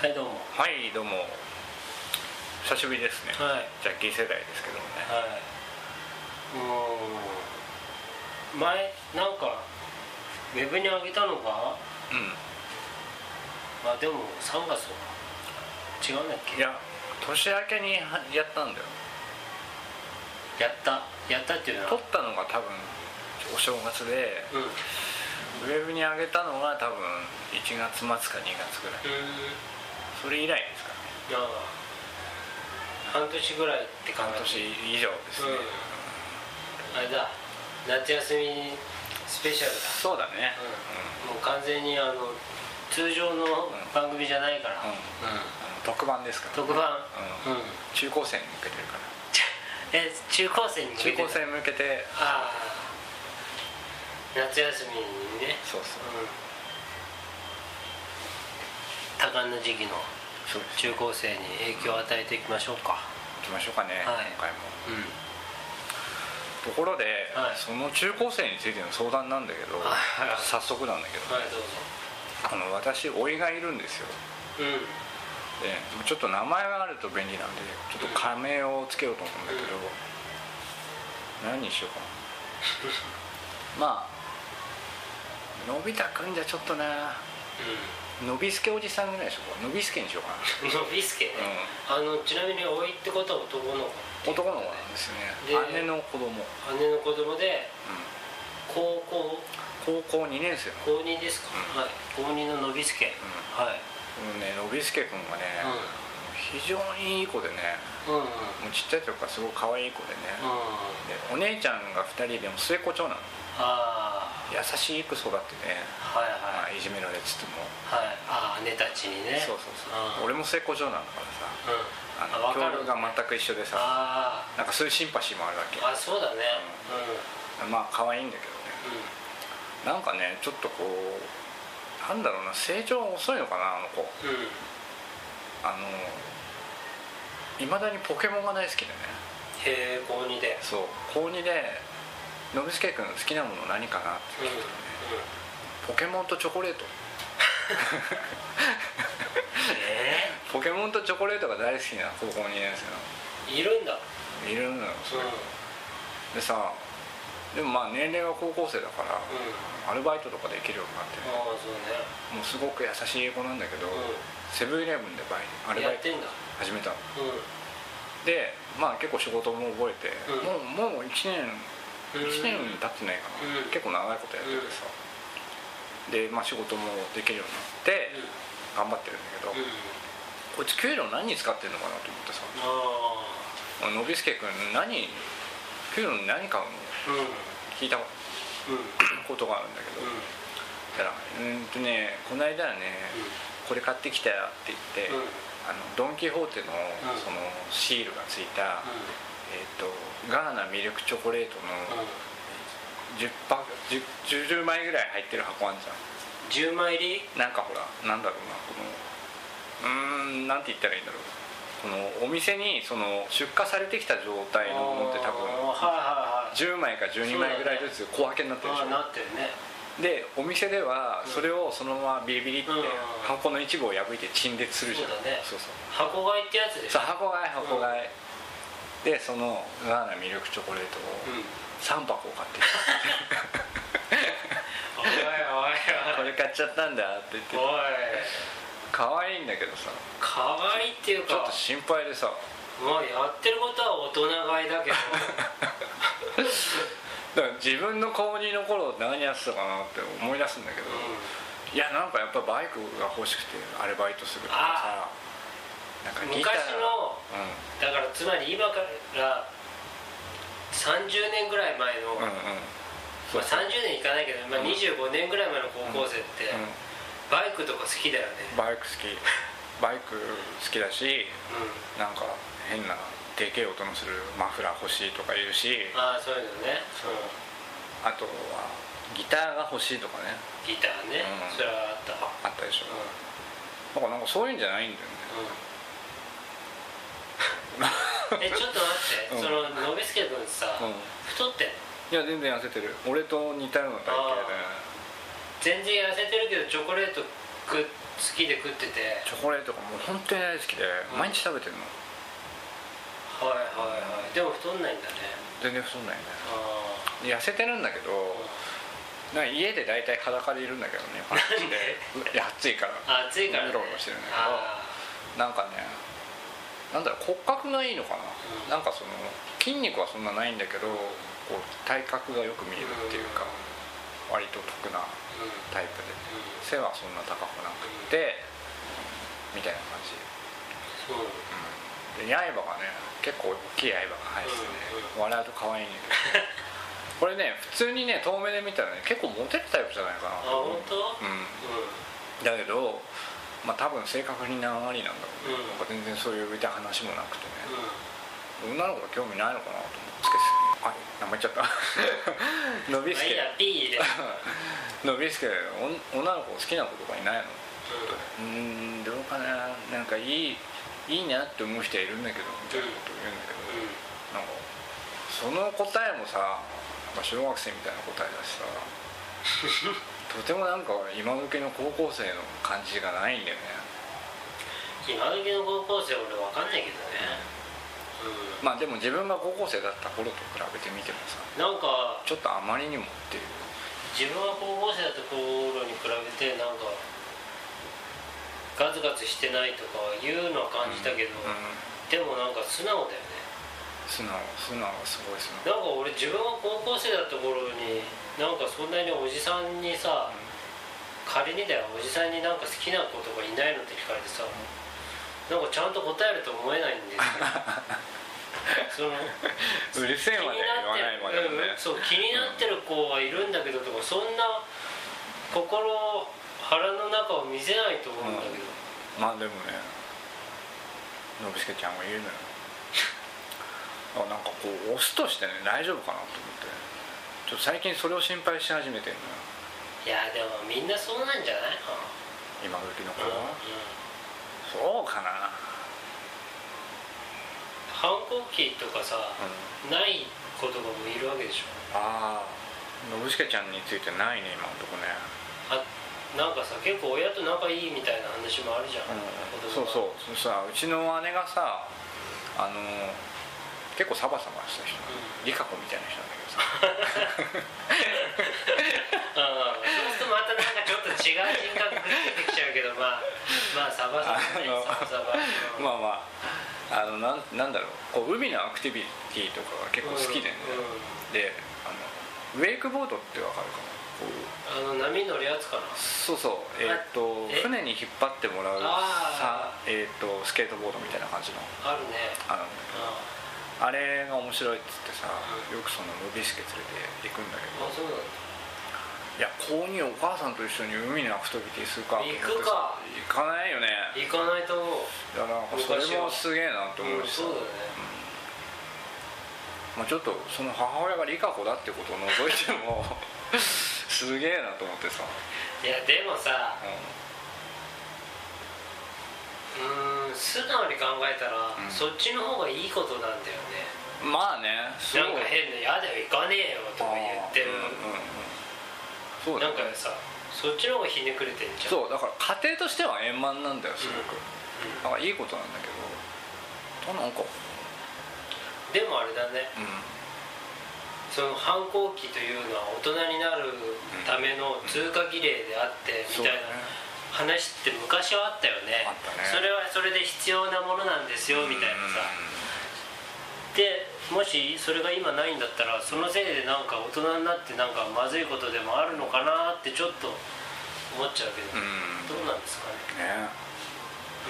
はいどうも久しぶりですね、はいジャッキー世代ですけどもねはいうん前なんかウェブに上げたのがあでも3月とか違うんだっうんけいや年明けにはやったんだよやったやったっていうの撮はったのが多分お正月でうんうウェブに上げたのが多分1月末か2月ぐらいんそれ以来ですかねああ半年ぐらいって感半年じ以上ですね、うんあれだ夏休みスペシャルそうだねだ、うんもう完全にあの通常の番組じゃないから、うんうん特番ですから、特番ううん、中高生に向けてるからちえ中高生に向け中て高生に向けてああ夏休みにねそうそううん多感な時期のそうです中高生に影響を与えていきましょうか行きましょうかね、はい今回もうんところで、はいその中高生についての相談なんだけど、はい早速なんだけど、はいどうぞあの私甥いがいるんですようんでちょっと名前があると便利なんでちょっと仮名をつけようと思うんだけど、何にしようかなまあのび太くんじゃちょっとなのびすけおじさんぐらいでしょうかのびすけにしようかなうんのびすけね、あのちなみに甥いってことは男の子男の子なんですでね姉の子供、うん、姉の子供で高校高校2年生の高2ですか、はい高2ののびすけ、はいもうねのびすけくんがね、非常にいい子でねうんうんうんもうちっちゃい時からすごく可愛い子でね、でお姉ちゃんが2人でも末っ子長男あ優しく育ってね、あはいはい、まあ、いじめられつつも、はい、あ姉たちにねそうそうそう、ん、俺も末っ子長男だからうん、わさあのか教る育が全く一緒でさあなんかそういうシンパシーもあるわけーあそうだねまあ可愛いんだけどうん、うん、ねなんかねちょっとこうなんだろうな成長が遅いのかなあのう子ん、あのいまだにポケモンが大好きでねへえ高二でそう高2で「のびすけ君好きなもの何かな?」っうてん、うん、ポケモンとチョコレートえポケモンとチョコレートが大好きな高校2年ー、いるんだ生のいるのうん、ようん、でさでもまあ年齢が高校生だから、あアルバイトとかできるようになってあね、そもうすごく優しい子なんだけど、うねセブンイレブンでバイトうアんルバやっイトてんだ始めたのうでまあ結構仕事も覚えて、うんもうもう1年ん1年経ってないかな、うん結構長いことやっててさ、でまあ仕事もできるようになって、頑張ってるんだけど、うん、うん、こいつ給料何に使ってんのかなと思ってさああ「のびすけ君何給料に何買うの?」うん、うん、聞いたうん、ことがあるんだけうど、んたら「うーんとねこの間はねこれ買ってきたよ」って言って、うん、うん、あのドン・キホーテのんそのシールがついた、えー、とガーナミルクチョコレートの 10, パック 10, 10枚ぐらい入ってる箱あんじゃ十枚入りんなんかほらなんだろうなこのうーんなんて言ったらいいんだろうこのお店にその出荷されてきた状態のものって多あー分はいはいはい10枚か12枚ぐらいずつ小分けになってるでしあょあなってるねでお店ではそれをそのままビリビリってうん箱の一部を破いて陳列するじゃんそうだねそうそう箱買いってやつでしそょう箱買い箱買い、でそのガーナミルクチョコレートうんを3箱買ってきおいおい たおこいれ買っちゃったんだって言っておい可愛いんだけどさ可愛いっていうちょっかと心配でさまあやってることは大人買いだけどだから自分の高2の頃何やってたかなって思い出すんだけど、いやなんかやっぱバイクが欲しくてアルバイトするとかさなんかギター昔のだからつまり今から30年ぐらい前の、うんうんうんまあ、30年いかないけど、まあ、うん25年ぐらい前の高校生って、うんバイクとか好きだよね、バイク好きバイク好きだしうん、なんか変なでけえ音のするマフラー欲しいとか言うしああそういうのね、あとはギターが欲しいとかねうん、ギターね、うんそれはあったわあったでしょうんだからなんかそういうんじゃないんだよね えちょっと待って、そのうんノビスケ君さ、うん太ってんのいや全然痩せてる俺と似たような体型で全然痩せてるけどチョコレート食っ好きで食っててはいチョコレートがもう本当に大好きでうん毎日食べてるのはいはいでも太んないんだね全然太んないねあ痩せてるんだけどなんか家で大体裸でいるんだけどね パンチでいや暑いからあ暑いから、ね、うろうろしてるんだけどあなんかねなんだろう骨格がいいのかうんな、なんかその筋肉はそんなないんだけどこう体格がよく見えるっていうか、割と得なうんうんタイプで背はそんな高くなくてみたいな感じ、そううん、で刃がね結構大きい刃が入っててね、笑うと可愛いんだけ どこれね普通にね遠目で見たらね結構モテるタイプじゃないかあなと思う本当うんうだけどまあ多分正確に何割なんだろううね、んなんか全然そういうたい話もなくてね、んうん女の子が興味ないのかなと思ってつけてあ名前言っちゃ ったのびまあすいいけや B で、うん、のびすけお女の子好きな子とかいないのうーんどうかななんかいいいいなって思う人はいるんだけどみたいなことを言うんだけど、なんかその答えもさなんか小学生みたいな答えだしさとてもなんか今時の高校生の感じがないんだよね今時の高校生俺わかんないけどね、うんまあでも自分が高校生だった頃と比べてみてもさなんかちょっとあまりにもっていう自分は高校生だった頃に比べてなんかガツガツしてないとかいうのは感じたけど、うんでもなんか素直だよね素直素直すごい素直なんか俺自分が高校生だった頃になんかそんなにおじさんにさ、うん仮にだよおじさんになんか好きな子とかいないのって聞かれてさ、なんかちゃんと答えると思えないんです よそのうるせえ気にまで言わないなまっでてもる、ねうんそう気になってる子はいるんだけどとかそんな心腹の中を見せないと思うんだけど、まあでもねのぶすけちゃんが言うの よあなんかこうオスとしてね大丈夫かなと思ってちょっと最近それを心配し始めてるのよいやでもみんなそうなんじゃないか今時の子な、うんはそうかな反抗期とかさ、うんない子とかもいるわけでしょああのぶすけちゃんについてないね今のとこねあなんかさ結構親と仲いいみたいな話もあるじゃん、そうそうそのさうちの姉がさあの結構サバサバした人うリカ子みたいな人なんだけどさああそうするとまたなんかちょっと違う人格出てきちゃうけどまあまあサバサバねあのサバサバまあまああのなんなんだろうこう海のアクティビティとかが結構好きでね、うであのウェイクボードってわかるかなこううんんあの波乗るやつかなそうそうえーっとえ船に引っ張ってもらうさあ、えーっとスケートボードみたいな感じのあるねああのあれが面白いっつってさうんよくそのムビスケ連れて行くんだけあどそうなんだいや購入お母さんと一緒に海のアクティビティするかって言って行くか行かないよね行かないと思ういやなんかそれもすげえなって思うしさ、うんそうだねまあ、ちょっとその母親が理香子だってことを除いても すげえなと思ってさ、いやでもさううーん素直に考えたら、うんそっちの方がいいことなんだよねん、まあねすなんか変な「やだよ行かねえよ」とか言ってるうんうんうんそうだなねんかさそっちの方がひねくれてんじゃんそうだから家庭としては円満なんだよすごうく、んだからいいことなんだけどなんかでもあれだねうその反抗期というのは大人になるための通過儀礼であってんみたいな話って昔はあったよねあったねそれはそれで必要なものなんですよみたいなさうでもしそれが今ないんだったらそのせいでなんか大人になってなんかまずいことでもあるのかなってちょっと思っちゃうけど、んうんどうなんですかねね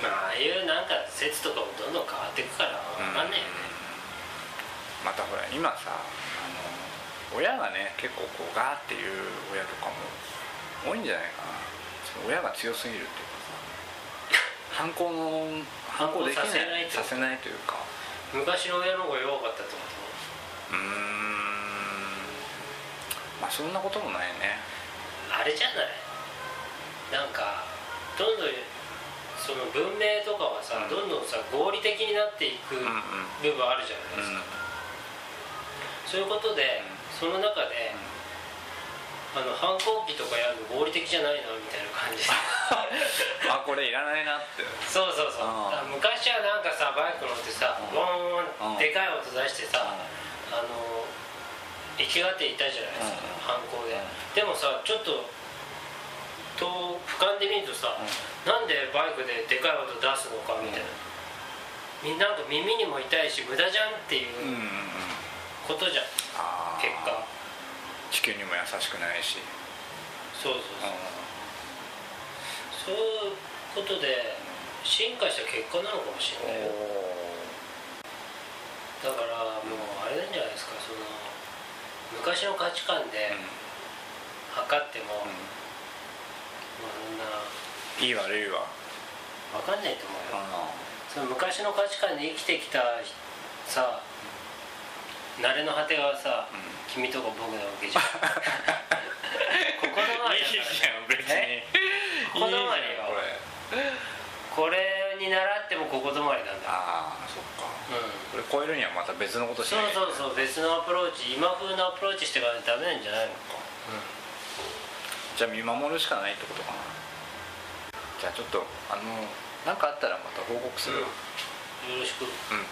まあああいうなんか説とかもどんどん変わっていくから分かんないよね、またほら今さあの親がね結構こうガーっていう親とかも多いんじゃないかなその親が強すぎるっていうかさ反抗の反抗できな反抗させないっていことさせないというか昔の親の方が弱かったってことうーんまあそんなこともないねあれじゃないなんかどんどんその文明とかはさ、うんどんどんさ合理的になっていくうんうん 部分あるじゃうないですか、んそういうことで、うんその中で、うあの反抗期とかやるの合理的じゃないなみたいな感じで あこれいらないなってそうそうそううんだから昔はなんかさバイク乗ってさうんボーンうんでかい音出してさ、うあの行きがっていたじゃないですか、反抗で、うんでもさちょっとと俯瞰で見るとさ、うんなんでバイクででかい音出すのかみたいな、みん、なんか耳にも痛いし無駄じゃんっていんうんううんことじゃん、あー結果地球にも優しくないし、そうそうそう、そうんういうことで進化した結果なのかもしれないよだからもうあれなんじゃないですかその昔の価値観で測っても、うんまあそんないい悪いは分かんないと思うよ、その昔の価値観で生きてきたさ慣れの果てがさ、うん君とか僕なわけじゃ んここの周いいりじだからゃん別にえここ止まりよいいじゃんこれこれに習ってもここ止まりなんだああそっかうんこれ超えるにはまた別のことしそないうそうそう別のアプローチ今風のアプローチしてからダメなんじゃないのじゃあ見守るしかないってことかなじゃあちょっとあのなんかあったらまた報告するわよろしくうん